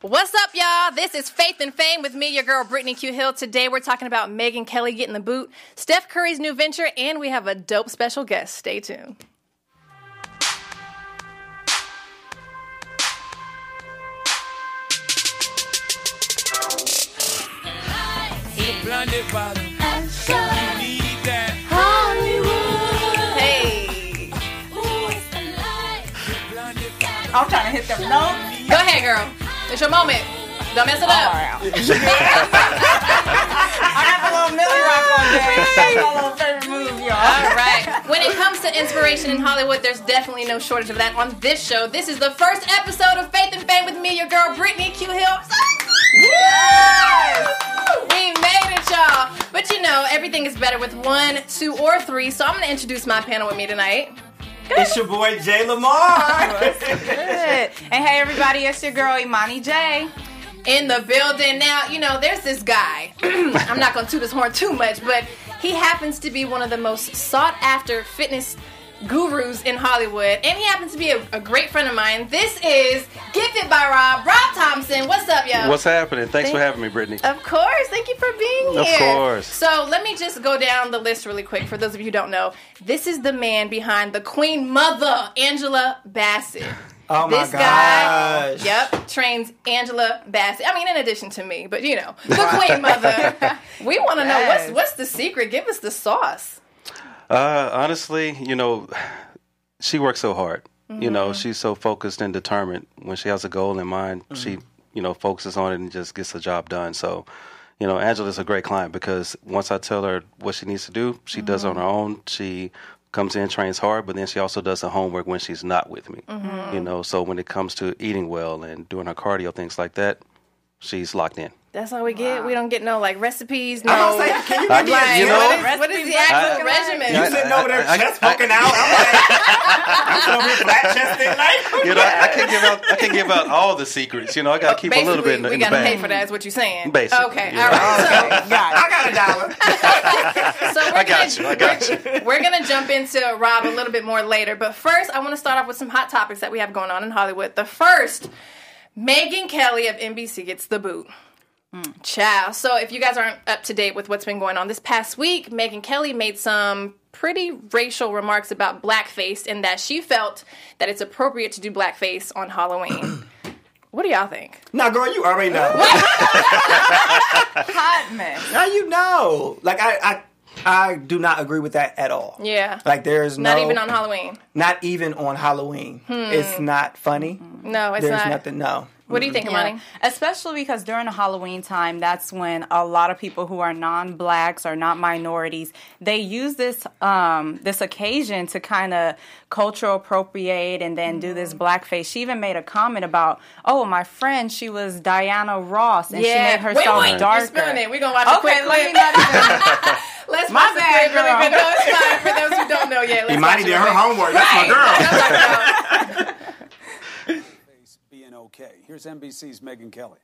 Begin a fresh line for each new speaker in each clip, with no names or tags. What's up, y'all? This is Faith and Fame with me, your girl Brittany Q Hill. Today we're talking about Megan Kelly getting the boot, Steph Curry's new venture, and we have a dope special guest. Stay tuned.
Blinded by the need that
Hey,
blinded by
I'm trying to hit them notes.
go ahead, girl. It's your moment. Don't mess it up.
I got the little Millie Rock on there. That's my little favorite move, y'all.
All right. When it comes to inspiration in Hollywood, there's definitely no shortage of that on this show. This is the first episode of Faith and Fame with me, your girl Brittany Q Hill.
Yes!
We made it, y'all. But you know, everything is better with one, two, or three. So I'm gonna introduce my panel with me tonight.
It's your boy Jay Lamar.
Good. And hey, everybody, it's your girl Imani J.
in the building. Now, you know, there's this guy. I'm not going to toot his horn too much, but he happens to be one of the most sought after fitness gurus in Hollywood, and he happens to be a, a great friend of mine. This is Gifted by Rob, Rob Thompson. What's up, y'all?
What's happening? Thanks
Thank- Uh,
for having me, Brittany.
Of course. Thank you for being
Of
here.
course.
So let me just go down the list really quick for those of you who don't know. This is the man behind the Queen Mother, Angela Bassett.
Oh my
this guy,
gosh.
yep, trains Angela Bassett. I mean, in addition to me, but you know, the Queen Mother. we want to know what's
Yes.
what's the secret. Give us the sauce.
Uh, honestly, you know, she works so hard. You know, she's so focused and determined. When she has a goal in mind, she, you know, focuses on it and just gets the job done. So, you know, Angela's a great client because once I tell her what she needs to do, she does it on her own. She comes in, trains hard, but then she also does the homework when she's not with me. You know, so when it comes to eating well and doing her cardio, things like that, she's locked in.
That's all we get. We don't get no like recipes. No,
I was like, can you
I-
give me a
you
deal?
know-
what, is, what is the actual regimen?
You sitting over there,
I- I-
chest poking out. I'm like, I'm over here flat chested, like.
You know, I can give out. I can give out all the secrets. You know, I gotta keep a little bit in, the-
we
in the
gotta pay
bag.
for that. Is what you're saying?
Basically,
Okay.
yeah.
All right. So,
Got
I got a dollar.
So we're
I got
gonna,
you. I got you.
We're gonna jump into Rob a little bit more later, but first I want to start off with some hot topics that we have going on in Hollywood. The first, Megan Kelly of NBC gets the boot. Ciao. So if you guys aren't up to date with what's been going on this past week, Megan Kelly made some pretty racial remarks about blackface and that she felt that it's appropriate to do blackface on Halloween. what do y'all think?
Now, girl, you already know.
hot mess.
Now you know. Like I, I, I do not agree with that at all.
Yeah.
Like there is no,
Not even on Halloween.
not even on Halloween. It's not funny.
No, it's
There's
not.
nothing. No.
What do you think, Imani?
Especially because during the Halloween time, that's when a lot of people who are non-blacks or not minorities, they use this um, this occasion to kind of cultural appropriate and then do this blackface. She even made a comment about, "Oh, my friend, she was Diana Ross and she made herself
wait, wait,
darker."
You're spilling it. We're gonna watch a quick
Okay,
clip.
let me not even.
Let's
My
watch
bad,
a quick really
girl.
quick. No, it's fine for those who don't know yet. Let's
Imani
watch
did
it
her
real
homework. That's my girl.
quick. That's what I'm talking about.
face being okay. Here's NBC's Megan Kelly.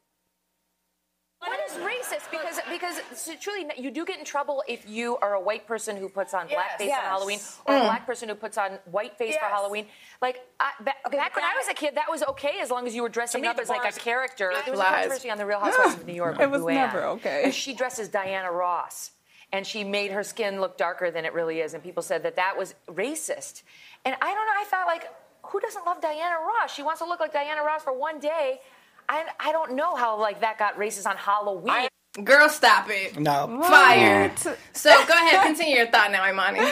What is racist? Because because so truly, you do get in trouble if you are a white person who puts on blackface
Yes.
on Halloween, or a black person who puts on white face for
Yes.
Halloween. Like I, ba- back when I was a kid, that was okay as long as you were dressing
me,
up
the
as like a
bars-
character. There was a
Lies.
controversy on the Real Housewives of New York.
It
with
was
Luann.
never okay.
And She dresses Diana Ross. And she made her skin look darker than it really is, and people said that that was racist. And I don't know. I felt like, who doesn't love Diana Ross? She wants to look like Diana Ross for one day. I, I don't know how like that got racist on Halloween.
Girl, stop it.
No.
Fired. So go ahead, continue your thought now, Imani.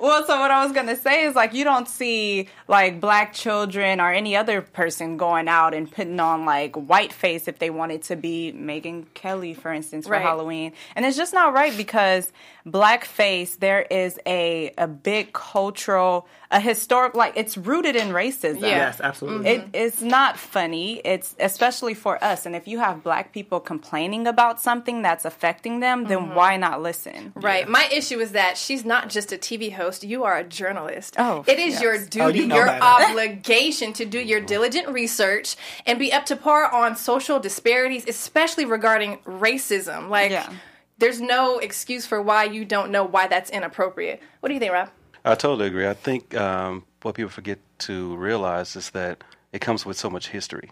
Well, so what I was gonna say is like you don't see like black children or any other person going out and putting on like white face if they wanted to be Megan Kelly, for instance, for
Right.
Halloween, and it's just not right because blackface there is a a big cultural, a historic like it's rooted in racism.
Yeah.
Yes, absolutely.
It, it's not funny. It's especially for us. And if you have black people complaining about something that's affecting them, then
Mm-hmm.
why not listen?
Right. My issue is that she's not just a TV host. You are a journalist.
Oh,
it is
yes.
your duty,
you know
your
better.
obligation to do your diligent research and be up to par on social disparities, especially regarding racism. Like,
Yeah.
there's no excuse for why you don't know why that's inappropriate. What do you think, Rob?
I totally agree. I think um, what people forget to realize is that it comes with so much history.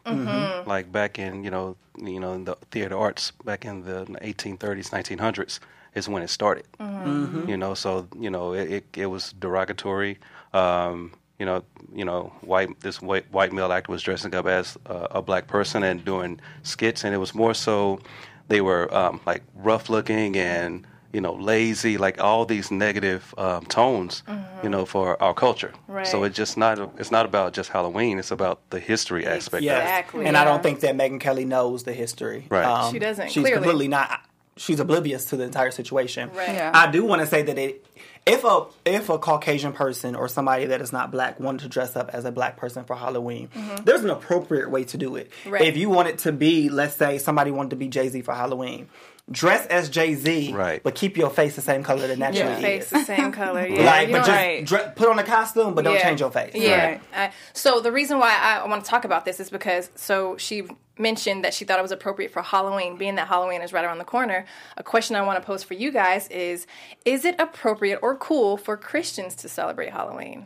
Like back in you know you know in the theater arts back in the 1830s 1900s is when it started. You know, so you know it, it, it was derogatory. Um, you know, you know, white this white, white male actor was dressing up as uh, a black person and doing skits, and it was more so they were um, like rough looking and you know lazy, like all these negative um, tones, you know, for our culture. So
Mm-hmm. Right.
it's just not it's not about just Halloween; it's about the history aspect.
Yeah.
of it.
Exactly.
And I
Yeah.
don't think that Megan Kelly knows the history. Um,
Right.
She doesn't,
She's
clearly.
completely not. She's oblivious to the entire situation.
Right. Yeah.
I do want to say that it, if a if a Caucasian person or somebody that is not black wanted to dress up as a black person for Halloween, there's an appropriate way to do it.
Mm-hmm. Right.
If you wanted to be, let's say, somebody wanted to be Jay Z for Halloween, dress as Jay Z,
Right.
but keep your face the same color that naturally
Yeah.
is.
face the same color. Yeah,
Like,
you
but
don't-
just
Right.
dre- put on a costume, but don't
Yeah.
change your face.
Yeah.
Right.
I, so the reason why I want to talk about this is because so she mentioned that she thought it was appropriate for Halloween, being that Halloween is right around the corner. A question I want to pose for you guys is: Is it appropriate or cool for Christians to celebrate Halloween?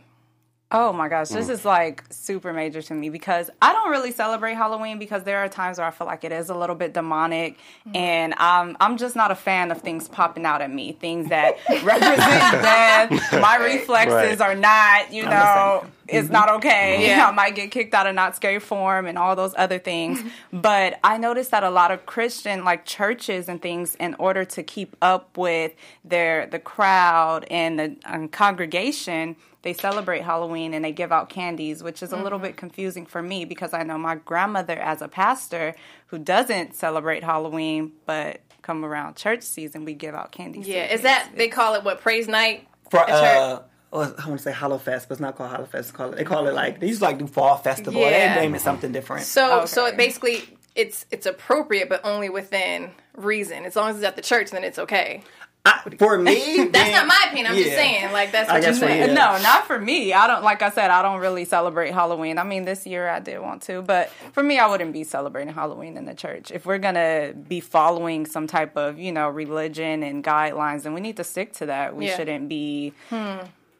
Oh my gosh, this is like super major to me because I don't really celebrate Halloween because there are times where I feel like it is a little bit demonic, and um, I'm just not a fan of things popping out at me, things that represent death. My reflexes
Right. Mm-hmm.
are not, you know, it's not okay.
Yeah.
I might get kicked out of not scary form and all those other things. but I noticed that a lot of Christian like churches and things, in order to keep up with their the crowd and the um, congregation, they celebrate Halloween and they give out candies, which is a
Mm-hmm.
little bit confusing for me because I know my grandmother as a pastor who doesn't celebrate Halloween, but come around church season we give out candies. to
Yeah,
the
is that
kids.
they call it what praise night?
for
at church?
uh, oh, I want to say Hollow Fest, but it's not called Hollow Fest. It's called, they call it like they used to like do fall festival.
Yeah.
They name it something different.
so
okay.
so it basically it's it's appropriate, but only within reason. As long as it's at the church, then it's okay.
I, for me,
That's not my opinion. I'm just
Yeah.
saying, like that's
I
what you're
guess so,
saying.
yeah.
No, not for me. I don't like I said, I don't really celebrate Halloween. I mean this year I did want to, but for me I wouldn't be celebrating Halloween in the church. If we're gonna be following some type of, you know, religion and guidelines then we need to stick to that. We
Yeah.
shouldn't be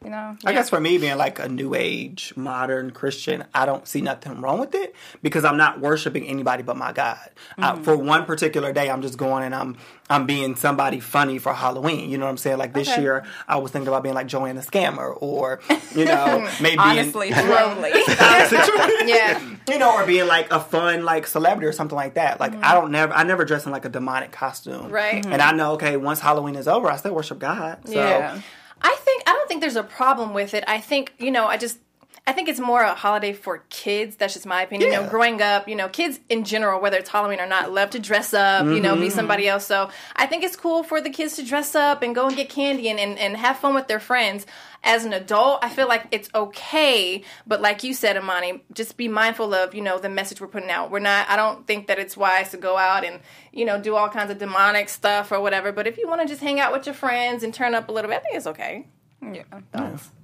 you know
I guess for me, being like a new age modern Christian, I don't see nothing wrong with it because I'm not worshiping anybody but my God. I-
Mm-hmm.
for one particular day, I'm just going and I'm I'm being somebody funny for Halloween. You know what I'm saying? Like this year, I was thinking about being like Joanna Scammer, or you know, maybe
honestly lonely.
honestly, true.
Yeah.
you know, or being like a fun like celebrity or something like that. Like I don't never, I never dress in like a demonic costume,
Mm-hmm. Right. Mhm.
And I know, okay, once Halloween is over, I still worship God. So
Yeah. I think I don't think there's a problem with it. I think you know I just I think it's more a holiday for kids. That's just my opinion. You know,
Yeah.
growing up, you know, kids in general, whether it's Halloween or not, love to dress up. You know, be somebody else. So I think it's cool for the kids to dress up and go and get candy and and, and have fun with their friends. As an adult, I feel like it's okay, but like you said, Imani, just be mindful of you know the message we're putting out. We're not. I don't think that it's wise to go out and you know do all kinds of demonic stuff or whatever. But if you want to just hang out with your friends and turn up a little bit, I think it's okay.
yeah.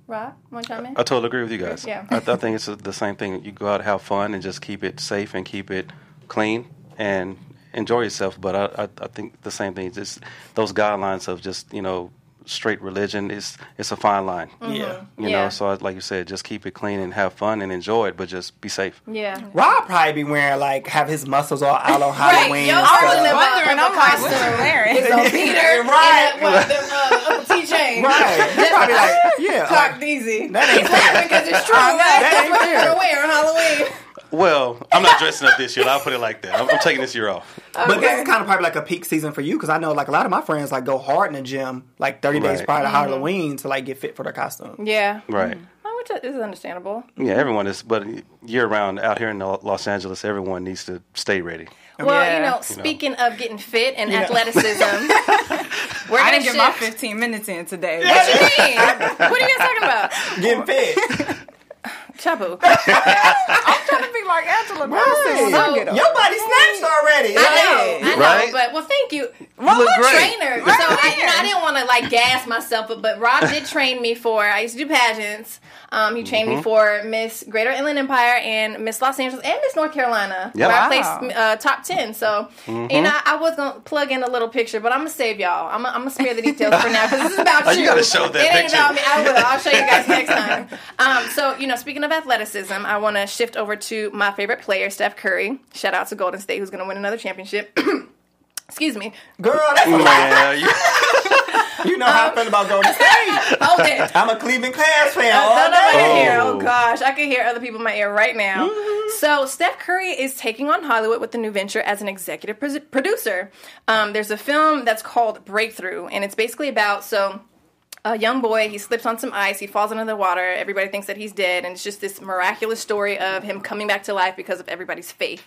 Rob, want to chime in?
I totally agree with you guys.
Yeah.
I, I think it's the same thing. You go out, have fun, and just keep it safe and keep it clean and enjoy yourself. But I, I, I think the same thing. Just those guidelines of just you know straight religion is it's a fine line.
yeah.
You
Mm. Yeah.
know, so I, like you said, just keep it clean and have fun and enjoy it, but just be safe.
Yeah.
Rob probably be wearing like have his muscles all out on
Right,
Halloween. and
yo,
stuff.
I was in
Wondering, I'm like, what's
costume.
hilarious?
So Peter,
Right.
and that one, the, uh, T James,
Right. He probably like, yeah,
Clark
like,
Deasy.
that ain't fair.
Because it's true.
that
That's
ain't
what you're
fair.
gonna wear on Halloween.
Well, I'm not dressing up this year. I'll put it like that. I'm, I'm taking this year off.
But this is kind of probably like a peak season for you because I know like a lot of my friends like go hard in the gym like 30 days
Right.
prior
Mm-hmm.
to Halloween to like get fit for their costume.
Yeah.
Right.
Oh, which is understandable.
Yeah, everyone is, but year round out here in Los Angeles, everyone needs to stay ready.
Well,
Yeah.
you
You
know,
know.
speaking of getting fit and athleticism, we're
I
gonna
didn't get my
shift-
15 minutes in today.
What you mean? what are you guys talking about?
Getting fit.
Chabu.
I'm trying to be like Angela Bassett.
Your body snatched already.
I know, I know,
Right?
but well, thank Thank you. Rob
look great.
trainer. So I, you know, I didn't want to like gas myself, but, but Rob did train me for. I used to do pageants. Um, he trained
Mm-hmm.
me for Miss Greater Inland Empire and Miss Los Angeles and Miss North Carolina,
Yep.
where I
Wow.
placed uh, top ten. So
Mm-hmm.
you know, I, I was gonna plug in a little picture, but I'm gonna save y'all. I'm gonna, I'm gonna spare the details for now because this is about
Oh,
you.
you gotta show that
It ain't
picture.
about me. I will. I'll show you guys next time. Um, so you know, speaking of athleticism, I want to shift over to my favorite player, Steph Curry. Shout out to Golden State, who's gonna win another championship. Excuse me.
Girl, that's
Yeah, you,
You know how I feel about Golden State.
Hold it.
I'm a Cleveland Cavs fan. all
Oh, Uh, No, no, I
day.
can hear.
Oh.
Oh gosh, I can hear other people in my ear right now. So Steph Curry is taking on Hollywood with the new venture as an executive pr- producer. Um, there's a film that's called Breakthrough, and it's basically about so. A young boy, he slips on some ice, he falls into the water, everybody thinks that he's dead, and it's just this miraculous story of him coming back to life because of everybody's faith.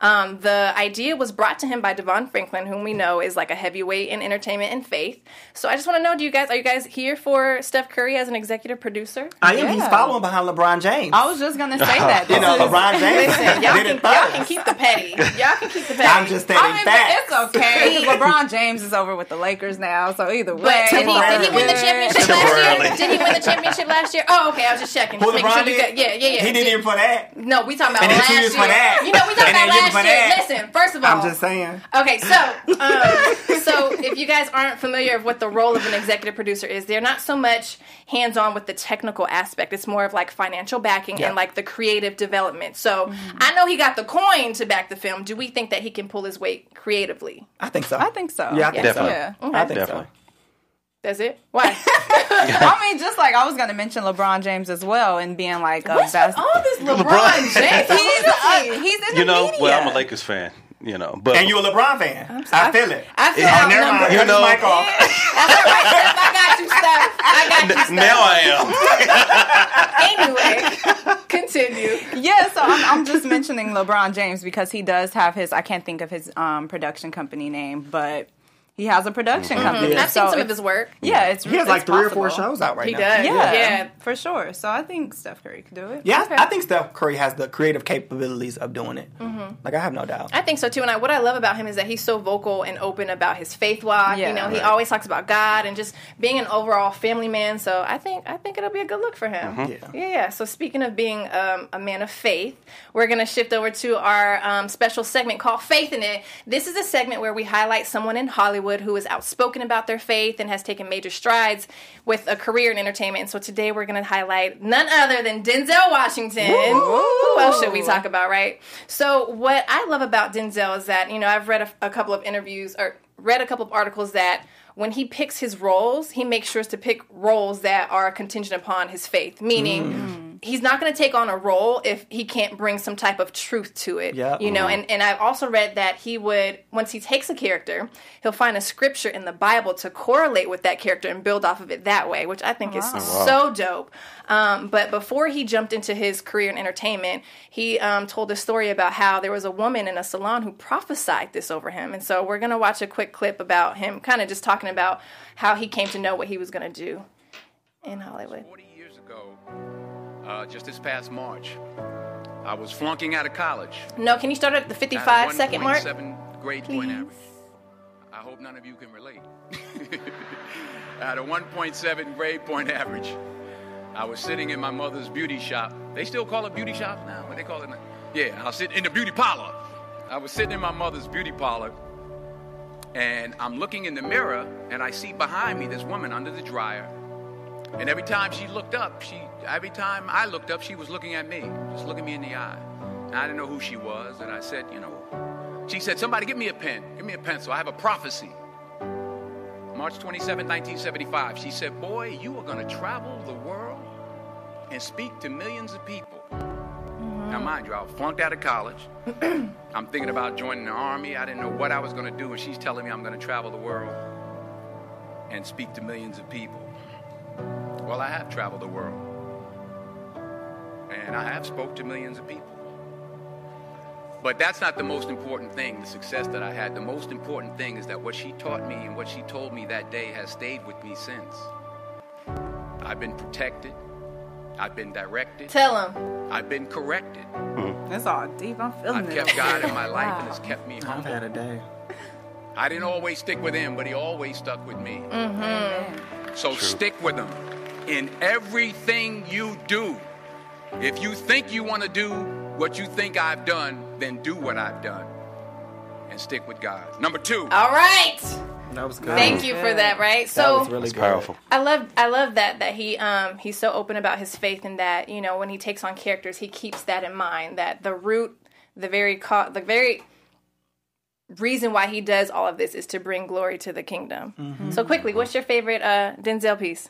Um, the idea was brought to him by Devon Franklin, whom we know is like a heavyweight in entertainment and faith. So I just want to know do you guys, are you guys here for Steph Curry as an executive producer?
I am. He's
Yeah.
following behind LeBron James.
I was just gonna say that.
you know,
This is-
LeBron James
Oh, Listen, y'all can,
did it
y'all can
first.
keep the petty. Y'all can Oh, keep the petty.
I'm just stating
I mean,
facts.
but it's okay. LeBron James is over with the Lakers now, so either way,
But did he, did he win the
good.
championship last year?
Temporarily.
Did he win the championship last year? Oh, okay. I was just checking.
Who
Just making sure
LeBron
you
did?
got, yeah, yeah, yeah.
He didn't even for that.
No, we talking about
And then
last
two
year.
years for that.
You know, we talking
And then
about
a year
last
for
year.
that.
Listen, first of all,
I'm just saying.
Okay, so um, so if you guys aren't familiar of what the role of an executive producer is, they're not so much hands on with the technical aspect. It's more of like financial backing
Yeah. Mm-hmm.
and like the creative development. So I know he got the coin to back the film. Do we think that he can pull his weight creatively?
I think so.
I think so.
Yeah, I think
Definitely.
so.
Yeah.
I think
Definitely.
That's it. Why?
I mean, just like I was gonna mention LeBron James as well, and being like a
What's with
best.
all Oh, this LeBron,
LeBron.
James?
He's, uh, he's in the
you know,
media.
well, I'm a Lakers fan. You know, but
And you a LeBron fan. I feel it.
I feel
Yeah,
Oh, never mind.
outnumbered.
You
Cut his
know-
mic off.
That's all right, Steph. I got you, Steph. I got you, Steph.
now I am.
Anyway, continue.
Yeah, so I'm, I'm just mentioning LeBron James because he does have his. I can't think of his um, production company name, but he has a production
Mm-hmm.
company.
I've seen
so
some of
it's-
his work.
Yeah, it's
He has like
it's
three or four
possible.
shows out right
He
now.
does.
Yeah,
Yeah.
for sure. So I think Steph Curry could do it.
Yeah, I think Steph Curry has the creative capabilities of doing it. Like I have no doubt.
Mm-hmm. I think so too. And I, what I love about him is that he's so vocal and open about his faith walk.
Yeah.
you know, he
Right.
always talks about God and just being an overall family man. So I think I think it'll be a good look for him.
Yeah.
yeah, yeah. So speaking of being um, a man of faith, we're gonna shift over to our um, special segment called Faith in It. This is a segment where we highlight someone in Hollywood who is outspoken about their faith and has taken major strides with a career in entertainment. And so today we're gonna highlight none other than Denzel Washington. Who else should we talk about, right? So what I love about Denzel is that you know I've read a, a couple of interviews or read a couple of articles that when he picks his roles, he makes sure to pick roles that are contingent upon his faith, meaning he's not going to take on a role if he can't bring some type of truth to it.
Yeah.
You know, and, and I've also read that he would, once he takes a character, he'll find a scripture in the Bible to correlate with that character and build off of it that way, which I think is
wow.
so dope. Um, but before he jumped into his career in entertainment, he um, told a story about how there was a woman in a salon who prophesied this over him. And so we're going to watch a quick clip about him kind of just talking about how he came to know what he was going to do in Hollywood.
40 years ago, uh, just this past March, I was flunking out of college.
No, can you start at the
at
55
a
second mark?
1.7 grade point
Please.
average. I hope none of you can relate. at a 1.7 grade point average, I was sitting in my mother's beauty shop. They still call it beauty shop now. What they call it now? Yeah, I was sitting in the beauty parlor. I was sitting in my mother's beauty parlor, and I'm looking in the mirror, and I see behind me this woman under the dryer. And every time she looked up, she every time I looked up, she was looking at me, just looking me in the eye. And I didn't know who she was, and I said, you know, she said, somebody give me a pen, give me a pencil. I have a prophecy. March 27, 1975. She said, boy, you are gonna travel the world and speak to millions of people. Now, mind you, I flunked out of college. I'm thinking about joining the army. I didn't know what I was gonna do, and she's telling me I'm gonna travel the world and speak to millions of people. Well, I have traveled the world. And I have spoke to millions of people. But that's not the most important thing, the success that I had. The most important thing is that what she taught me and what she told me that day has stayed with me since. I've been protected. I've been directed.
Tell him.
I've been corrected.
It's all deep. I'm feeling
I've
it.
kept God in my life and has kept me humble.
a day.
I didn't always stick with him, but he always stuck with me.
Mm.
So stick with him in everything you do. If you think you want to do what you think I've done, then do what I've done and stick with God. Number two.
All right.
That was good.
Thank you for that. Right.
That
so
was really
It's
good.
powerful.
I love I love that that he um he's so open about his faith and that you know when he takes on characters he keeps that in mind that the root the very co- the very reason why he does all of this is to bring glory to the kingdom. So quickly, what's your favorite uh Denzel piece?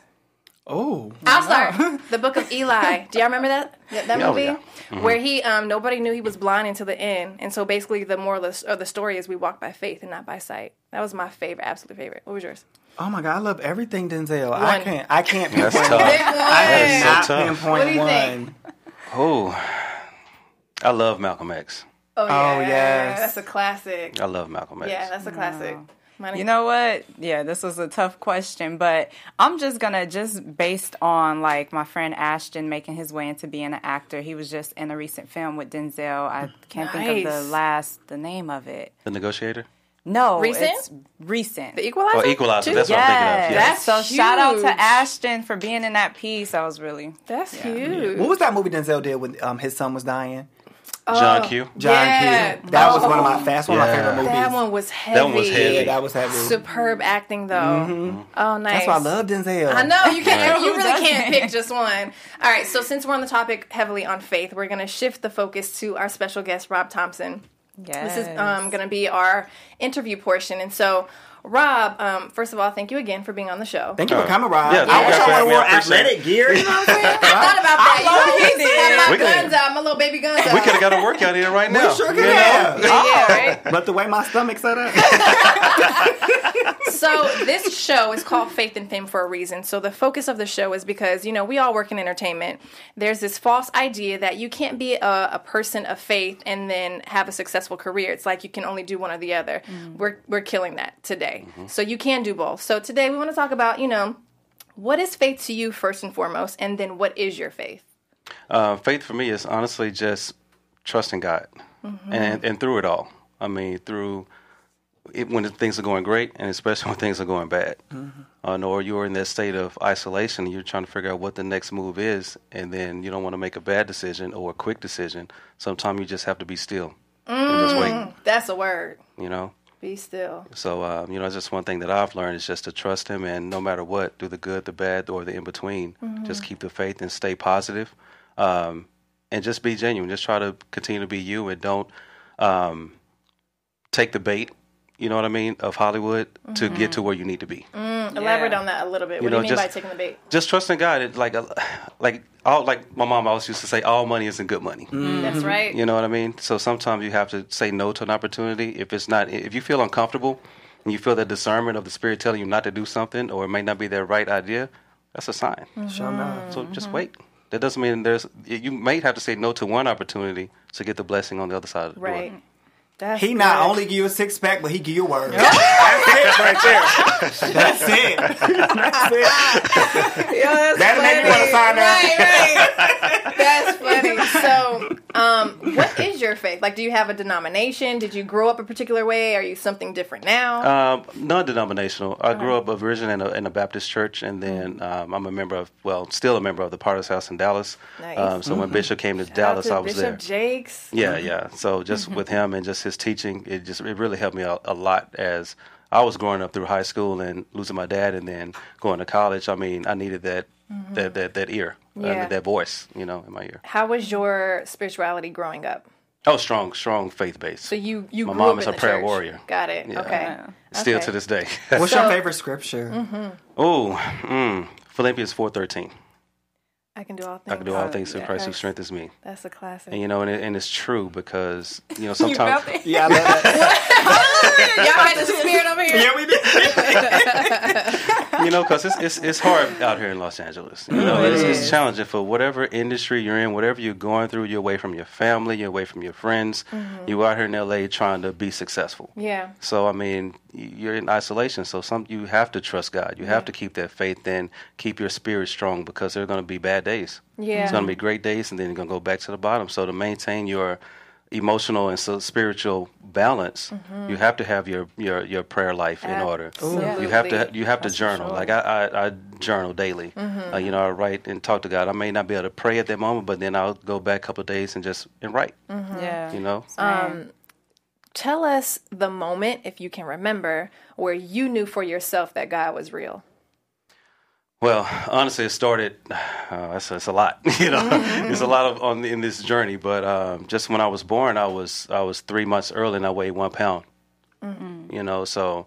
Oh,
I'll start. The Book of Eli. Do y'all remember that that, that
Yeah,
movie
yeah.
where he um nobody knew he was blind until the end, and so basically the moral of, or the story is we walk by faith and not by sight. That was my favorite, absolute favorite. What was yours?
oh my God! I love everything Denzel. I
One.
can't. I can't
That's
pinpoint.
tough.
one. I
That
cannot
is so tough.
pinpoint
What do you
one.
think?
Oh, I love Malcolm X.
Oh, yeah.
yes.
that's a classic.
I love Malcolm X.
Yeah, that's a classic. Mine
You know what? Yeah, this was a tough question, but I'm just gonna just based on like my friend Ashton making his way into being an actor. He was just in a recent film with Denzel. I can't think of
Nice.
the last the name of it.
The Negotiator.
No,
Recent?
It's recent.
the Equalizer.
Oh, Equalizer.
too?
That's what I'm thinking
Yes.
of. Yes.
so
That's
shout out to
huge.
Ashton for being in that piece. I was really
That's huge.
What was that movie Denzel did when um, his son was dying? Oh.
John Q.
John
Yeah. Oh.
Q. That was one of my fast, one of my
Yeah.
favorite movies.
That one was heavy.
That one was heavy.
Yeah, that was heavy.
Superb acting though. Oh, nice.
That's why I love Denzel.
I know you can't. You really
Doesn't
can't
it?
pick just one. All right. So since we're on the topic heavily on faith, we're gonna shift the focus to our special guest Rob Thompson.
yes.
This is um, going to be our interview portion, and so Rob, um, first of all, thank you again for being on the show.
Thank you for coming, Rob.
Uh, Yeah,
I
thank
wish
you
I
for
would have
having me.
wore
I appreciate
athletic gear. You know what I'm saying?
I thought about that.
love
You know, I had my
We could-
guns out, my little baby guns out.
We could have got a workout in right now.
We sure
you
could
know?
have.
Oh.
yeah, right.
But the way my stomach set up.
so this show is called Faith and Fame for a reason. So the focus of the show is because you know we all work in entertainment. There's this false idea that you can't be a, a person of faith and then have a successful career. It's like you can only do one or the other. We're we're killing that today. So you can do both. So today we want to talk about you know what is faith to you first and foremost, and then what is your faith?
Uh, faith for me is honestly just trusting God, and and through it all. I mean, through it, when things are going great, and especially when things are going bad, Uh, and or you're in that state of isolation, and you're trying to figure out what the next move is, and then you don't want to make a bad decision or a quick decision. Sometimes you just have to be still and just wait.
That's a word.
You know.
Be still.
So uh, you know, that's just one thing that I've learned is just to trust Him, and no matter what, do the good, the bad, or the in between, just keep the faith and stay positive, um, and just be genuine. Just try to continue to be you, and don't um, take the bait. You know what I mean of Hollywood to get to where you need to be.
Elaborate on that a little bit. What
know,
do you mean
just-
by taking the bait?
Just trusting God. It, like, uh, like all like my mom always used to say, all money isn't good money.
That's right.
You know what I mean? So sometimes you have to say no to an opportunity if it's not if you feel uncomfortable and you feel that discernment of the spirit telling you not to do something or it may not be their right idea, that's a sign.
Sure enough.
Mm-hmm.
So just wait. That doesn't mean there's you may have to say no to one opportunity to get the blessing on the other side of the door.
Right. That's
He not
good.
only give you a six pack, but he give you a word. That's it right there. That's it. That's it.
Yeah, that's
That'll
funny.
make me wanna sign
right, right. That's funny. So, um, what is your faith? Like, do you have a denomination? Did you grow up a particular way? Are you something different now?
Um, non-denominational. I
Uh-huh.
grew up originally in a, in a Baptist church, and
Mm-hmm.
then um, I'm a member of, well, still a member of the Potter's House in Dallas.
Nice. Mm-hmm.
Um, so when Bishop came to
Shout out
Dallas,
to
I was
Bishop
there.
Jakes.
Yeah, yeah. So just
Mm-hmm.
with him and just his teaching, it just it really helped me out a lot as I was growing up through high school and losing my dad and then going to college. I mean, I needed that that, that that ear, uh,
Mm-hmm. Yeah.
that voice, you know, in my ear.
How was your spirituality growing up?
Oh, strong, strong faith based.
So you you
My
grew
mom
up
is
in
a
the
prayer
church.
warrior.
Got it.
Yeah.
Okay.
Still
okay.
to this day.
What's
So- Mm-hmm.
your favorite scripture?
oh, mm, Philippians four thirteen.
I can do all things.
I can do all things through Christ who
Christ.
strengthens me.
That's a classic.
And you know, and, it, and it's true because you know sometimes
Yeah, I love that.
Y'all had the spirit over here.
yeah, we did.
you know, because it's, it's it's hard out here in Los Angeles. You know, it's, it's challenging for whatever industry you're in, whatever you're going through. You're away from your family, you're away from your friends. You're out here in LA trying to be successful.
Yeah.
So I mean, y- you're in isolation. So some you have to trust God. You have to keep that faith and keep your spirit strong because there are going to be bad days.
Yeah.
It's going to be great days, and then you're going to go back to the bottom. So to maintain your emotional and so spiritual balance, you have to have your your your prayer life in order. You have to
Mm-hmm. Absolutely.
you have to journal. Like I, I I journal daily.
Mm-hmm.
Uh, you know, I write and talk to God. I may not be able to pray at that moment, but then I'll go back a couple of days and just and write.
Mm-hmm.
Yeah.
You know,
Um,
Tell us the moment, if you can remember, where you knew for yourself that God was real.
Well, honestly, it started. Uh, it's, it's a lot, you know. It's a lot of on in this journey. But um, just when I was born, I was I was three months early, and I weighed one pound. You know, so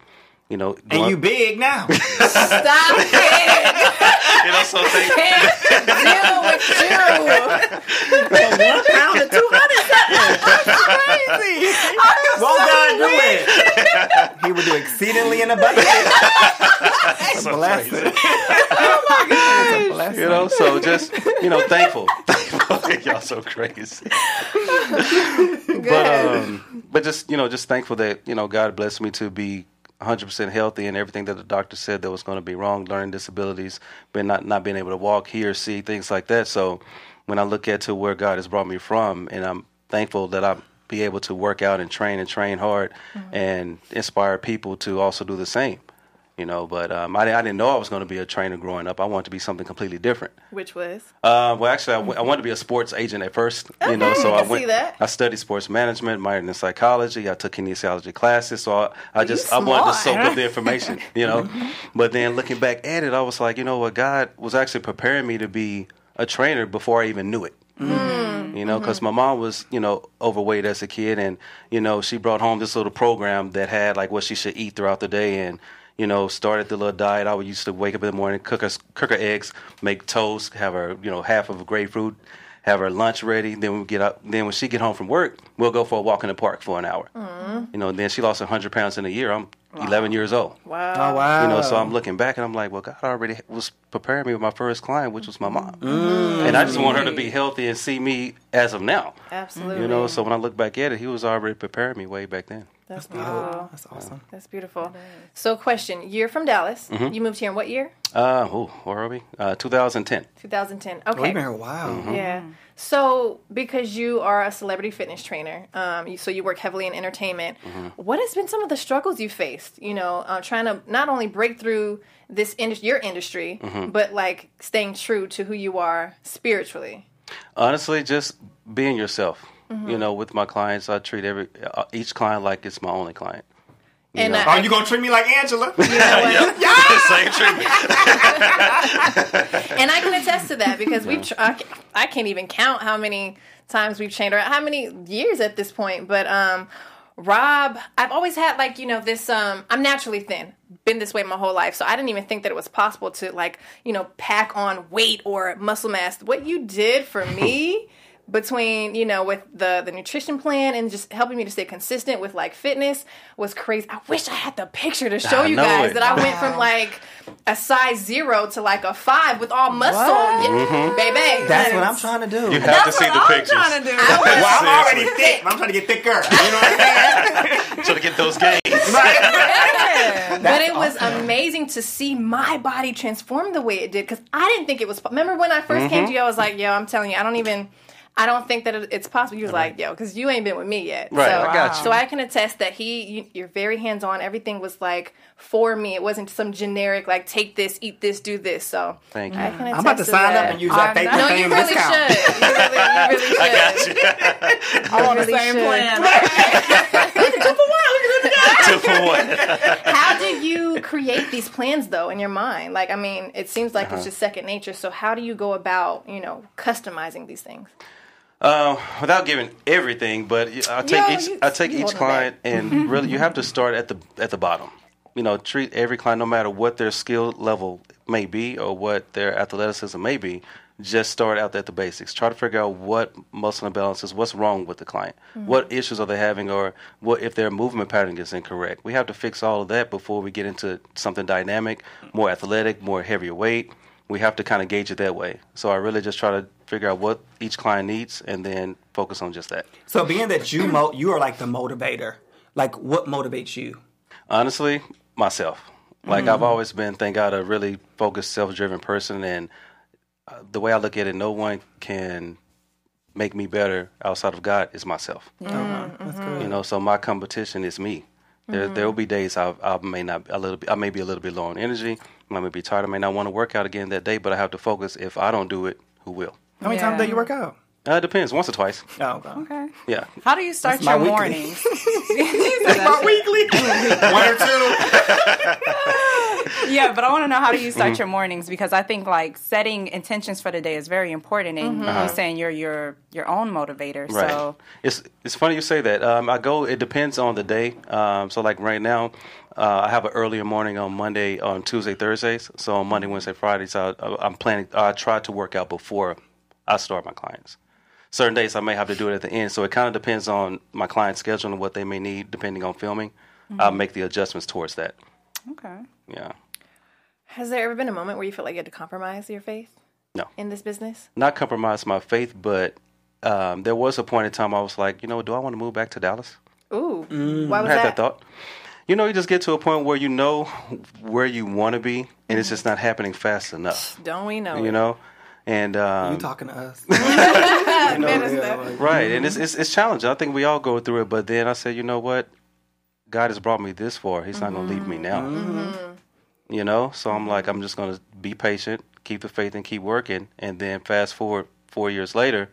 you know,
And
going-
you big now.
Stop it!
you know, so thank-
Can't deal with you.
One pound to two hundred crazy. Won't God do it? He would do exceedingly in abundance. It's a blessing. Oh my gosh.
you know, so just you know, thankful. Thankful. Y'all so crazy. But um, but just you know, just thankful that you know God blessed me to be 100 percent healthy and everything that the doctor said that was going to be wrong, learning disabilities, but not not being able to walk, hear, see, things like that. So when I look at to where God has brought me from, and I'm thankful that I'm be able to work out and train and train hard and inspire people to also do the same. You know, but um, I, I didn't know I was going to be a trainer growing up. I wanted to be something completely different.
Which was
Uh, well, actually, I, w- I wanted to be a sports agent at first. you know, so
I
I,
can
went.
see that.
I studied sports management, minored in psychology. I took kinesiology classes, so I, I just I wanted to soak
smart. Mm-hmm.
up the information. You know, but then looking back at it, I was like, you know what, God was actually preparing me to be a trainer before I even knew it. You know, because my mom was, you know, overweight as a kid, and you know, she brought home this little program that had like what she should eat throughout the day, and you know, started the little diet. I would used to wake up in the morning, cook her cook her eggs, make toast, have her, you know, half of a grapefruit, have her lunch ready. Then we get up. Then when she get home from work, we'll go for a walk in the park for an hour. You know, then she lost 100 pounds in a year. I'm 11 years old.
Oh wow.
You know, so I'm looking back and I'm like, well, God already was preparing me with my first client, which was my mom. And I just want her to be healthy and see me as of now.
absolutely.
You know, so when I look back at it, he was already preparing me way back then.
that's beautiful.
Oh, That's awesome.
That's beautiful. So, question: You're from Dallas.
Mm-hmm.
You moved here in what year?
Uh, ooh, where are we? Uh, 2010.
2010.
We've
Okay.
Oh, been here a while.
Yeah. So, because you are a celebrity fitness trainer, um, you, so you work heavily in entertainment.
Mm-hmm.
What has been some of the struggles you faced? You know, uh, trying to not only break through this industry, your industry,
Mm-hmm.
but like staying true to who you are spiritually.
Honestly, just being yourself. You know, with my clients, I treat every uh, each client like it's my only client.
And
know.
I-
Are Oh, you gonna treat me like Angela?
Same treatment.
and I can attest to that because we've tr- I, ca- I can't even count how many times we've trained or how many years at this point. But um, Rob, I've always had like you know this. Um, I'm naturally thin, been this way my whole life, so I didn't even think that it was possible to like you know pack on weight or muscle mass. What you did for me. between you know with the the nutrition plan and just helping me to stay consistent with like fitness was crazy i wish i had the picture to show
I
you
know
guys
it.
that i went from like a size zero to like a five with all muscle yeah,
Mm-hmm.
baby
That's what I'm trying to do.
You have to see the pictures.
trying to do I was-
well, I'm already
Seriously.
thick, but I'm trying to get thicker. You know what I'm
So to get those gains.
saying?
but it was amazing to see my body transform the way it did because I didn't think it was. po- Remember when I 1st
Mm-hmm.
came to you, I was like, "Yo, I'm telling you, I don't even, I don't think that it, it's possible." You was like, "Yo," because you ain't been with me yet.
Right,
So,
I got you.
So I can attest that he, you, you're very hands on. Everything was like for me. It wasn't some generic like take this, eat this, do this. So
Thank
I
you.
can attest
I'm about to sign
that.
up and use that
I'm
fake
not-
No, you
fame
really
discount.
should. You really, you really should.
I'm on the
really
same
should.
plan.
Two for one.
how do you create these plans though in your mind like i mean it seems like it's just second nature so how do you go about you know customizing these things
Uh, without giving everything, but I take
Yo,
each
you-
I take
you holding
each client and really you have to start at the at the bottom. You know, treat every client no matter what their skill level may be or what their athleticism may be. Just start out at the basics. Try to figure out what muscle imbalances, what's wrong with the client, what issues are they having, or what if their movement pattern is incorrect. We have to fix all of that before we get into something dynamic, more athletic, more heavier weight we have to kind of gauge it that way. So I really just try to figure out what each client needs and then focus on just that.
So being that you mo- you are like the motivator. Like what motivates you?
Honestly, myself. Like
Mm.
I've always been, thank God, a really focused, self-driven person, and uh, the way I look at it, no one can make me better outside of God is myself.
Mm-hmm. That's good.
You know, so my competition is me. There, there will be days I, I may not a little, bit- I may be a little bit low on energy. I may be tired. I may not want to work out again that day, but I have to focus. If I don't do it, who will?
How many times
Yeah.
do you work out?
Uh, it depends. Once or twice.
Oh, okay.
Okay.
Yeah.
How do you start
my
your
weekly.
mornings? That's
About weekly.
One or two.
yeah, but I want to know how do you start your mornings because I think like setting intentions for the day is very important, and
Mm-hmm.
you're saying you're your your own motivator.
Right.
So
It's it's funny you say that. Um, I go. It depends on the day. Um, so like right now, uh, I have an earlier morning on Monday, on Tuesday, Thursdays. So on Monday, Wednesday, Fridays, I, I'm planning. I try to work out before I start my clients. Certain days I may have to do it at the end. So it kind of depends on my client's schedule and what they may need, depending on filming. I'll make the adjustments towards that.
okay,
Yeah.
Has there ever been a moment where you feel like you had to compromise your faith
No.
in this business?
not compromise my faith, but um, there was a point in time I was like, you know, do I want to move back to Dallas?
Ooh, why was
I had
that?
that thought. You know, you just get to a point where you know where you want to be, and it's just not happening fast enough.
Don't we know?
You
it?
know, and um,
You talking to us?
right, and it's, it's it's challenging. I think we all go through it, but then I said, you know what, God has brought me this far. He's not gonna leave me now. You know, so I'm like, I'm just gonna be patient, keep the faith, and keep working. And then fast forward four years later,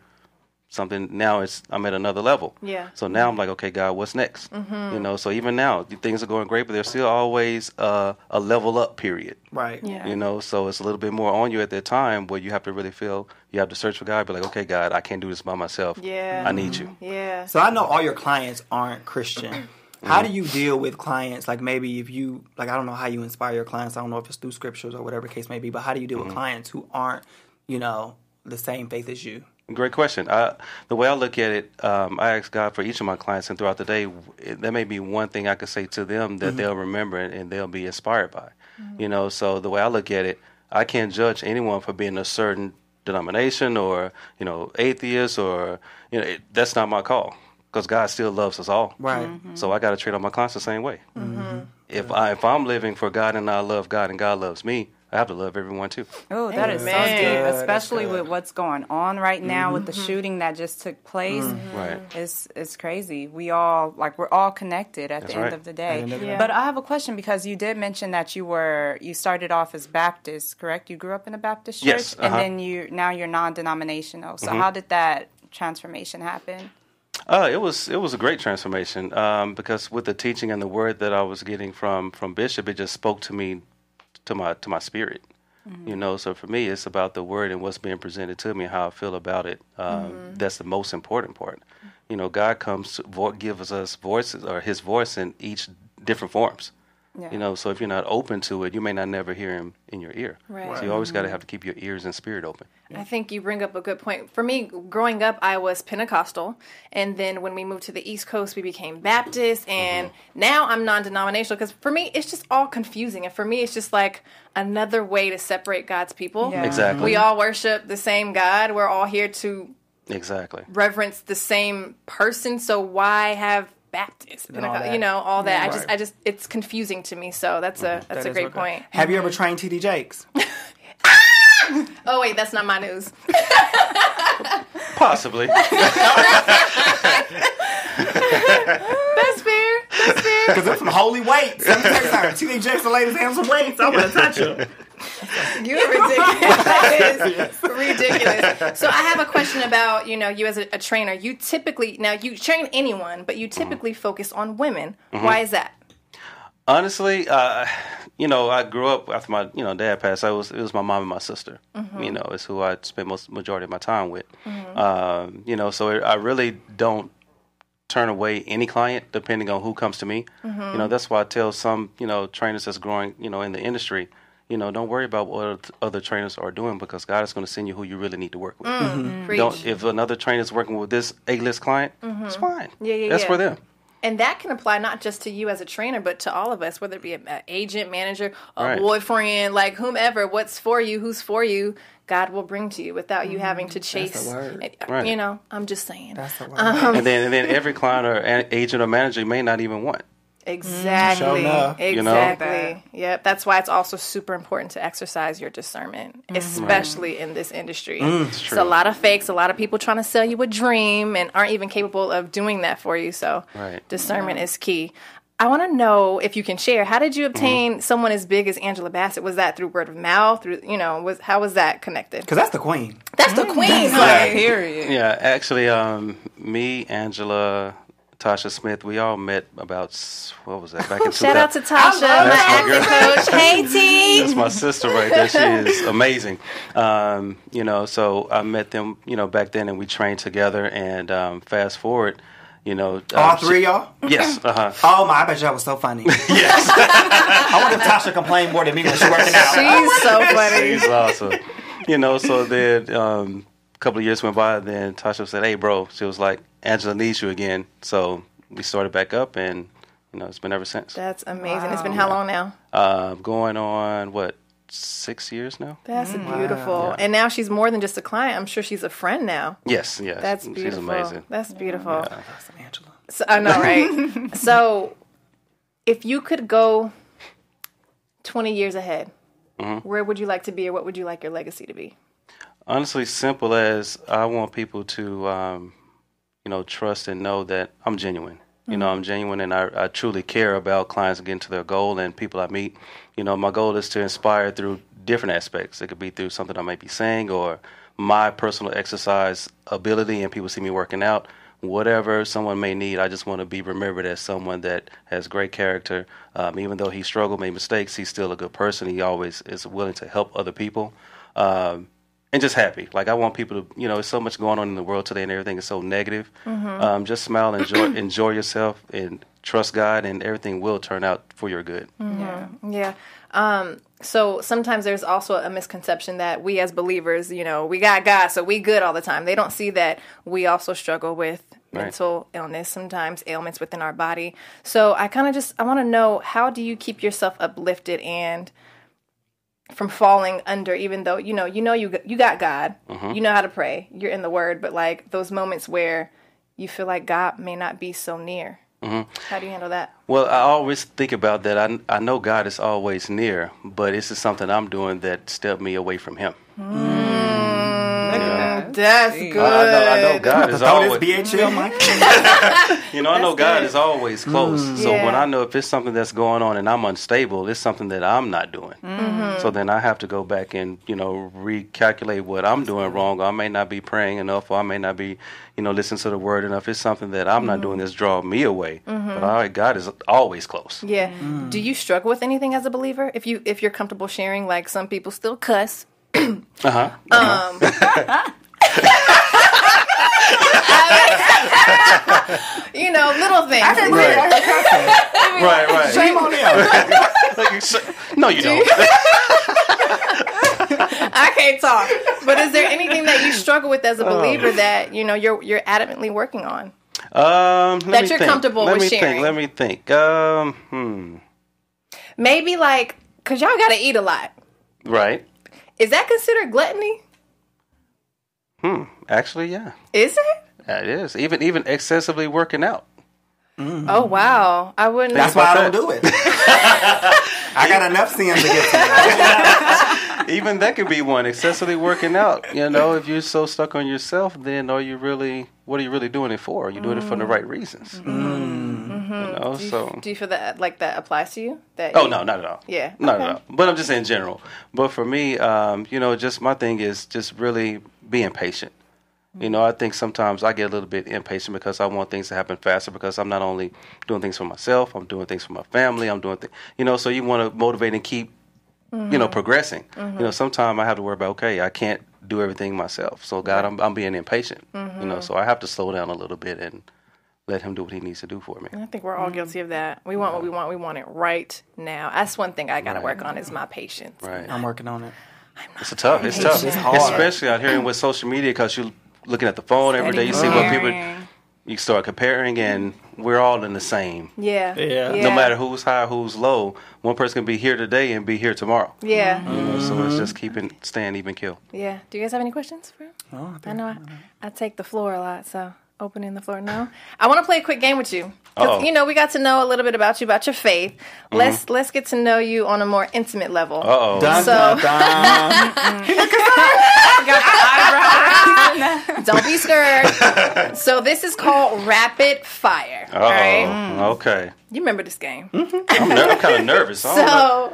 something now it's I'm at another level.
Yeah.
So now I'm like, okay, God, what's next? You know, so even now things are going great, but there's still always uh, a level up period.
right.
Yeah.
You know, so it's a little bit more on you at that time where you have to really feel you have to search for God, be like, okay, God, I can't do this by myself.
Yeah.
I need you.
Yeah.
So I know all your clients aren't Christian. How do you deal with clients? Like maybe if you like, I don't know how you inspire your clients. I don't know if it's through scriptures or whatever case may be. But how do you deal with clients who aren't, you know, the same faith as you?
Great question. I, the way I look at it, um, I ask God for each of my clients, and throughout the day, w- there may be one thing I could say to them that they'll remember and, and they'll be inspired by. You know, so the way I look at it, I can't judge anyone for being a certain denomination or you know atheist or you know it, that's not my call because God still loves us all.
Right.
So I got to treat all my clients the same way. If I if I'm living for God and I love God and God loves me, I have to love everyone too.
oh, that is
Amen.
so
That's
deep,
good,
especially
that's
with what's going on right now with the shooting that just took place.
Right.
It's it's crazy. We all like we're all connected at the end
right.
of the day.
of the
Yeah.
But I have a question because you did mention that you were you started off as Baptist, correct? You grew up in a Baptist church,
Yes,
and
uh-huh. Mm-hmm.
then you now you're non-denominational. So how did that transformation happen?
Uh, it was it was a great transformation um, because with the teaching and the word that I was getting from from Bishop, it just spoke to me, to my to my spirit. You know, so for me, it's about the word and what's being presented to me, how I feel about it. Um, That's the most important part. You know, God comes to vo- gives us voices or His voice in each different forms.
Yeah.
You know, so if you're not open to it, you may not never hear Him in your ear.
Right.
So you always got to have to keep your ears and spirit open.
I think you bring up a good point. For me, growing up, I was Pentecostal, and then when we moved to the East Coast, we became Baptist, and now I'm non-denominational because for me, it's just all confusing, and for me, it's just like another way to separate God's people.
Yeah.
Exactly.
We all worship the same God. We're all here to
Exactly.
reverence the same person. So why have Baptist,
all
Pentecost,
that.
you know, all that? I just,
Right.
I just, it's confusing to me. So that's a that's
Mm-hmm. That
a
is
great
okay.
point.
Have you ever trained TD Jakes?
Oh wait, that's not my news.
Possibly.
that's fair. That's fair.
Because I'm some holy weights. I'm sorry, TD Jakes, the ladies, and some weights. I'm gonna touch them.
You're ridiculous. that is ridiculous. So I have a question about you know you as a, a trainer. You typically now you train anyone, but you typically focus on women. Why is that?
Honestly, uh, you know, I grew up after my you know dad passed. I was it was my mom and my sister.
Mm-hmm.
You know, it's who I spent most majority of my time with. Um, you know, so I really don't turn away any client depending on who comes to me.
Mm-hmm.
You know, that's why I tell some you know trainers that's growing you know in the industry. You know, don't worry about what other trainers are doing because God is going to send you who you really need to work with.
Mm, Preach. Mm-hmm.
Don't if another trainer's working with this A-list client, it's fine.
Yeah, yeah,
That's
yeah.
for them.
And that can apply not just to you as a trainer, but to all of us, whether it be an agent, manager, a
Right.
boyfriend, like whomever, what's for you, who's for you, God will bring to you without you having to chase.
word.
Uh,
Right.
You know, I'm just saying.
That's the word.
and then and then every client or a- agent or manager may not even want.
Exactly.
Sure enough,
exactly.
you know?
Yep. That's why it's also super important to exercise your discernment, especially in this industry.
Mm,
it's a lot of fakes, a lot of people trying to sell you a dream and aren't even capable of doing that for you. So
Right.
discernment is key. I want to know if you can share. How did you
Mm-hmm.
obtain someone as big as Angela Bassett? Was that through word of mouth? Through you know, was how was that connected?
Because that's the queen.
That's the queen.
Like,
honey.
period.
Yeah, actually, um, me, Angela, Tasha Smith, we all met about s- what was that back in
Shout out to
2000
Tasha, my
That's my
acting coach. Hey, T.
That's my sister right there. She is amazing. Um, you know, so I met them, you know, back then, and we trained together. And um, fast forward, you know,
All
um, she-
three of y'all?
Yes, uh huh.
Oh my, I bet y'all was so funny. yes. I wonder if Tasha complained more than me when she working out.
She's so funny.
She's awesome. You know, so then um, a couple of years went by. Then Tasha said, "Hey, bro," she was like, "Angela needs you again." So we started back up, and you know, it's been ever since.
That's amazing. It's been how long now?
Uh, going on what six years now?
That's
Mm.
beautiful. And now she's more than just a client. I'm sure she's a friend now.
Yes, yes.
That's beautiful.
She's amazing.
That's beautiful.
Angela.
So, I know, right? so, if you could go 20 years ahead,
Mm-hmm.
where would you like to be, or what would you like your legacy to be?
Honestly, simple as I want people to, um, you know, trust and know that I'm genuine. You know, I'm genuine and I, I truly care about clients getting to their goal and people I meet. You know, my goal is to inspire through different aspects. It could be through something I might be saying or my personal exercise ability and people see me working out. Whatever someone may need, I just want to be remembered as someone that has great character. Um, even though he struggled, made mistakes, he's still a good person. He always is willing to help other people. Um, and just happy. Like I want people to, you know, there's so much going on in the world today, and everything is so negative. Um, just smile, enjoy, enjoy yourself, and trust God, and everything will turn out for your good.
Yeah. Um, so sometimes there's also a misconception that we as believers, you know, we got God, so we good all the time. They don't see that we also struggle with
Right.
mental illness, sometimes ailments within our body. So I kind of just I want to know how do you keep yourself uplifted and from falling under even though you know you know you g- you got God. You know how to pray. You're in the word, but like those moments where you feel like God may not be so near. How do you handle that?
Well, I always think about that. I, I know God is always near, but this is something I'm doing that stepped me away from Him.
That's good.
I, I know, I know God is
Throw
always.
this BHL, Mike.
You know, I know God
good. Mm.
is always close. So
Yeah.
when I know if it's something that's going on and I'm unstable, it's something that I'm not doing.
Mm-hmm.
So then I have to go back and, you know, recalculate what I'm doing wrong. I may not be praying enough or I may not be, you know, listening to the word enough. It's something that I'm not
Mm-hmm.
doing that's drawing me away. But all right, God is always close.
Yeah. Do you struggle with anything as a believer? If you if you're comfortable sharing, like some people still cuss. Um,
Uh-huh.
You know, little things.
Right, right, right.
Shame on them.
Like, you say- no, you don't.
I can't talk. But is there anything that you struggle with as a believer that you know you're you're adamantly working on?
um, let
That
me
you're
think.
comfortable
let
with
me
sharing.
Think, let me think. Um, hmm.
Maybe like because y'all gotta eat a lot.
Right.
Is that considered gluttony?
Actually, yeah.
Is it?
That is. Even even excessively working out.
Oh wow! I wouldn't.
That's why I don't do it. I got enough sin to get to.
even that could be one excessively working out you know if you're so stuck on yourself then are you really what are you really doing it for are you doing it for the right reasons you know so
Do you feel that like that applies to you? That
oh
you-
no not at all
Yeah,
not
okay.
at all but i'm just saying general but for me um, you know just my thing is just really being patient you know, I think sometimes I get a little bit impatient because I want things to happen faster because I'm not only doing things for myself, I'm doing things for my family, I'm doing things, you know, so you want to motivate and keep, you
Mm-hmm.
know, progressing. You know, sometimes I have to worry about, okay, I can't do everything myself. So, God, I'm, I'm being impatient, you
Mm-hmm.
know, so I have to slow down a little bit and let Him do what He needs to do for me.
I think we're all guilty of that. We want what we want. We want it right now. That's one thing I gotta work on is my patience.
Right.
I'm working on it.
It's a tough. It's tough.
It's hard.
Especially out here and with social media because you're looking at the phone every day. You see what people,
Comparing.
you start comparing, and we're all in the same.
Yeah.
Yeah. No
No matter who's high, who's low, one person can be here today and be here tomorrow.
Yeah.
You know, so it's just keeping staying even kill.
Yeah. Do you guys have any questions for him? I know I, I take the floor a lot, so opening the floor now. I want to play a quick game with you. 'Cause,
Uh-oh.
You know, we got to know a little bit about you, about your faith. Let's let's get to know you on a more intimate level.
Uh Mm-hmm. oh.
Dun,
So-
dun, dun.
Don't be scared. so this is called rapid fire.
Uh
All right,
oh. Okay.
you remember this game?
I'm, ner- I'm kind of nervous. I don't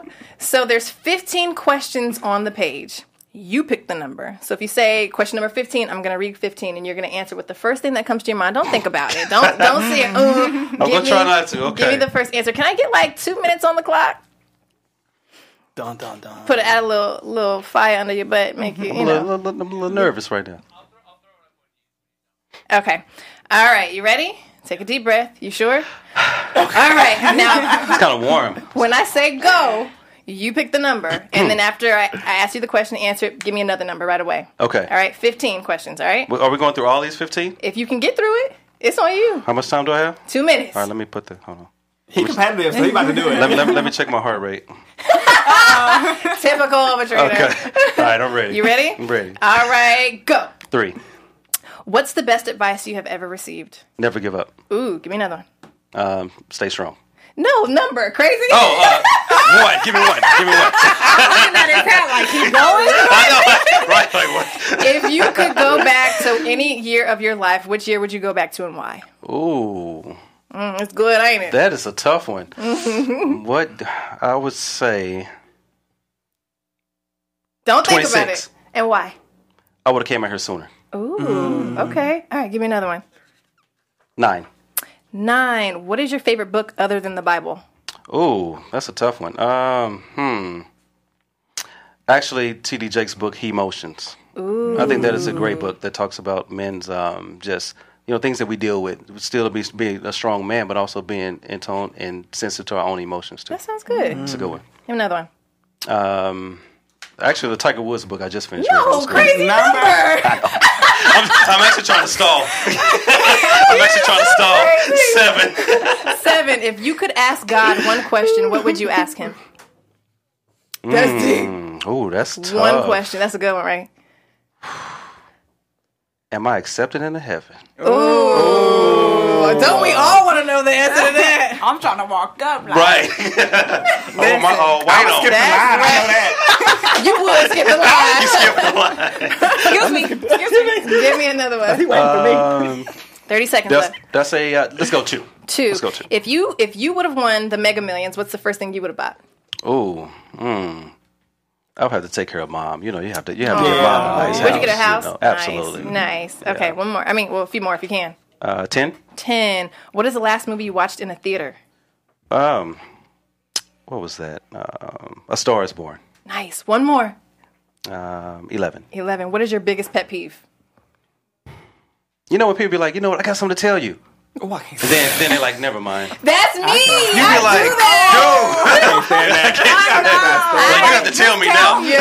know.
So, so there's 15 questions on the page. You pick the number. So if you say question number 15, I'm gonna read 15, and you're gonna answer with the first thing that comes to your mind. Don't think about it. Don't don't see it. Mm,
I'm gonna try not to.
Give
Okay.
me the first answer. Can I get like two minutes on the clock?
Dun, dun, dun.
Put it add a little little fire under your butt, make you you
I'm a little,
know.
little- little- little nervous right now.
Okay. All right. You ready? Take a deep breath. You sure? All right. Now
It's kind of warm.
When I say go, you pick the number, and then after I, I ask you the question, answer it, give me another number right away.
Okay.
All right, 15 questions, all right?
W- Are we going through all these 15?
If you can get through it, it's on you.
How much time do I have?
Two minutes.
All right, let me put the. Hold on.
He competitive, so he about to do
Let
it.
me, let me, let me check my heart rate.
Typical of a trader.
Okay. All right, I'm ready.
You ready? Uh,
I'm ready.
All right, go.
Three.
What's the best advice you have ever received?
Never give up.
Ooh, give me another one.
Um, stay strong.
No, number. Crazy?
Oh, uh, one. Give me one. Give me one. I know. Right, like what?
If you could go back to any year of your life, which year would you go back to and why? Mm,
Ooh,
It's good, ain't it?
that is a tough one. what I would say,
Don't think about
26.
it. And why?
I would have came out here sooner.
Ooh, okay. All right, give me another one.
Nine.
Nine. What is your favorite book other than the Bible?
Ooh, that's a tough one. Um, hmm. Actually, T.D. Jake's book, He Motions. I think that is a great book that talks about men's um, just you know things that we deal with. Still be being a strong man, but also being in tone and sensitive to our own emotions too.
That sounds good.
That's a good one.
Give me another one.
Um, actually, the Tiger Woods book I just finished. reading. That
No,
was great.
crazy number.
I'm, I'm actually trying to stall. I'm actually trying to stall. Seven.
Seven. If you could ask God one question, what would you ask Him? That's deep.
Ooh, that's Mm. tough.
One question. That's a good one, right?
Am I accepted into heaven?
Well, don't we all want to know the answer to that?
I'm trying to walk up. Like,
Right. oh my. Oh, wait on.
Skip the line. I know that.
You would skip the line.
You skipped the line.
Excuse me. Excuse me.
Give me another one. Thirty seconds
That's,
left.
that's a. Uh, let's go two.
Two.
Let's go two.
If you if you would have won the Mega Millions, what's the first thing you would have bought?
Oh, mm. I'll have to take care of mom. You know, you have to. You have to give mom a nice house.
Would Oh, you get a house?
know,
Nice.
absolutely.
Nice. Okay, one more. I mean, well, a few more if you can.
Uh, ten.
Ten. What is the last movie you watched in a theater?
Um, what was that? Um, a Star Is Born.
Nice. One more.
Um, eleven.
11. What is your biggest pet peeve?
You know when people be like, you know what? I got something to tell you.
Oh, I can't-
Then, then they're like, never mind.
That's me.
You be like, yo, you have to tell me now.
Yo,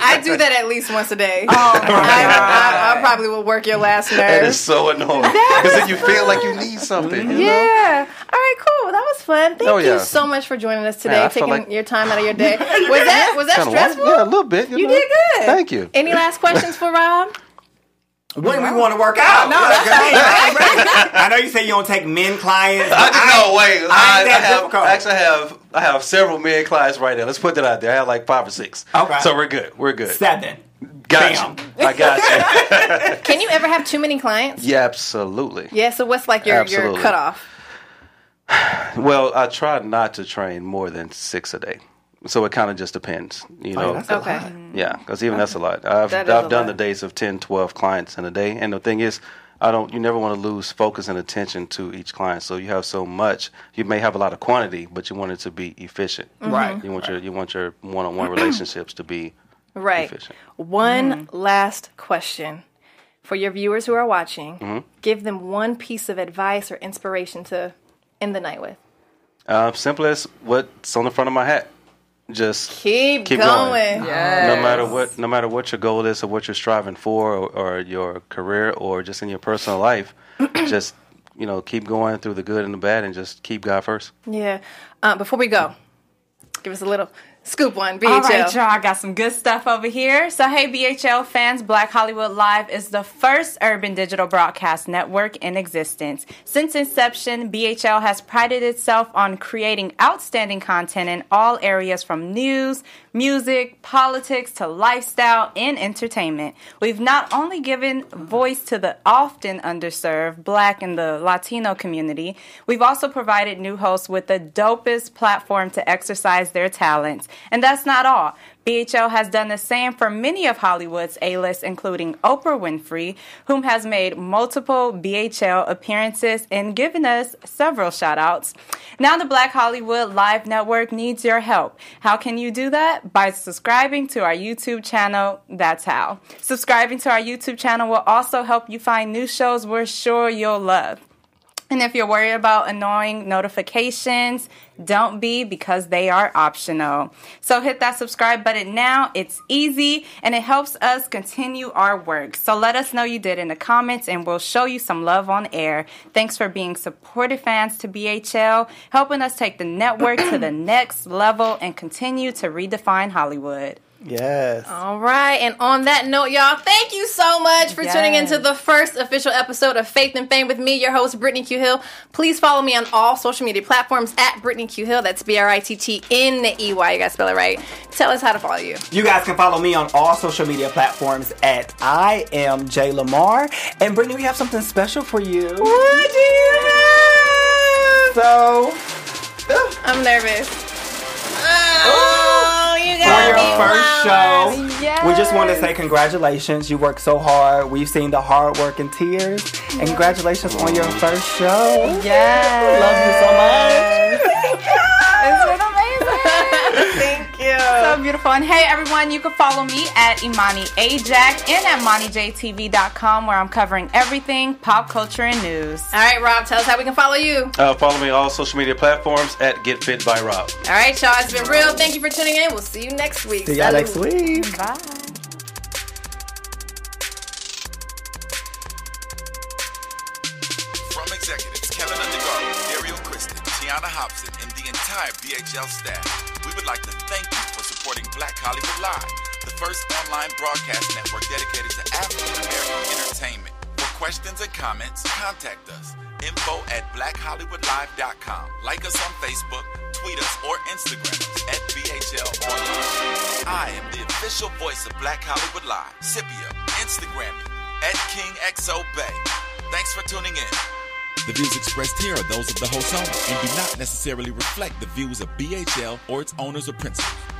I do that at least once a day. Oh, I, I, I probably will work your last
That
nerve.
is so annoying because then you feel like you need something. you know?
yeah. All right, cool. That was fun. Thank
Oh, yeah.
you so much for joining us today,
Yeah, I feel
taking
like-
your time out of your day. Was that was that
Kinda warm.
stressful?
Yeah, a little bit.
You
know?
did good.
Thank you.
Any last questions for Rob?
When we want to work out. No, that's I know you say you don't take men clients.
I just no wait. I, I
that
have
difficult.
actually I have I have several men clients right now. Let's put that out there. I have like five or six.
Okay.
So we're good. We're good.
Seven. Bam.
Got you. I got you.
Can you ever have too many clients?
yeah, absolutely.
Yeah, so what's like your, your
Absolutely.
cutoff?
Well, I try not to train more than six a day. So it kind of just depends, you know.
that's a
Okay.
Yeah, because even that's a lot.
Mm-hmm.
I've
That is a
I've
lot.
done the days of 10, 12 clients in a day, and the thing is, I don't. You never want to lose focus and attention to each client. So you have so much. You may have a lot of quantity, but you want it to be efficient.
Mm-hmm.
Right.
You want your you want your one on one relationships to be
Right.
efficient.
One
Mm.
last question for your viewers who are watching.
Mm-hmm.
Give them one piece of advice or inspiration to end the night with.
Uh, simple as what's on the front of my hat. Just
Keep,
Keep
going.
going. no matter what no matter what your goal is or what you're striving for or, or your career or just in your personal life just you know keep going Uh-huh.
Uh,
through the good and the bad and just keep god first
Yeah. Um, before we go, give us a little Scoop one, BHL.
All right, y'all. I got some good stuff over here. So, hey, BHL fans, Black Hollywood Live is the first urban digital broadcast network in existence. Since inception, BHL has prided itself on creating outstanding content in all areas from news, music, politics to lifestyle and entertainment. We've not only given voice to the often underserved Black and the Latino community, we've also provided new hosts with the dopest platform to exercise their talents. And that's not all. BHL has done the same for many of Hollywood's A-list, including Oprah Winfrey, whom has made multiple BHL appearances and given us several shout-outs. Now the Black Hollywood Live Network needs your help. How can you do that? By subscribing to our YouTube channel. That's how. Subscribing to our YouTube channel will also help you find new shows we're sure you'll love. And if you're worried about annoying notifications, don't be because they are optional. So hit that subscribe button now. It's easy and it helps us continue our work. So let us know you did in the comments and we'll show you some love on air. Thanks for being supportive fans to BHL, helping us take the network to the next level and continue to redefine Hollywood.
Yes.
All right, and on that note, y'all, thank you so much for tuning
Yes.
into the first official episode of Faith and Fame with me, your host Brittany Q Hill. Please follow me on all social media platforms at Brittany Q Hill. That's B R I T T N E Y. You guys spell it right. Tell us how to follow you.
You guys can follow me on all social media platforms at I am Jay Lamar. And Brittany, we have something special for you.
What do you have?
So, ugh,
I'm nervous. Oh, you
for your
got
first
me.
show, we just want to say congratulations. You worked so hard. We've seen the hard work and tears. And congratulations on your first show.
Yes.
Love you so much.
It's been amazing.
Thank you.
so beautiful. And hey, everyone, you can follow me at Imani Ajax and at MontyJTV.com, where I'm covering everything pop culture and news.
all right, Rob, tell us how we can follow you.
Uh, follow me on all social media platforms at Get Fit by Rob.
All right, y'all, it's been real. Thank you for tuning in. We'll see you next week.
See y'all next
Salud.
week.
Bye.
From executives Kevin Undergaro, Dario Kristen, Tiana Hobson, and the entire BHL staff, we would like to thank you for supporting Black Hollywood Live, the first online broadcast network dedicated to African American entertainment. For questions and comments, contact us. Info at blackhollywoodlive.com. Like us on Facebook, tweet us, or Instagram us at BHL Online. I am the official voice of Black Hollywood Live. Scipio, Instagram me at King XO Bay. Thanks for tuning in. The views expressed here are those of the host only and do not necessarily reflect the views of BHL or its owners or principals.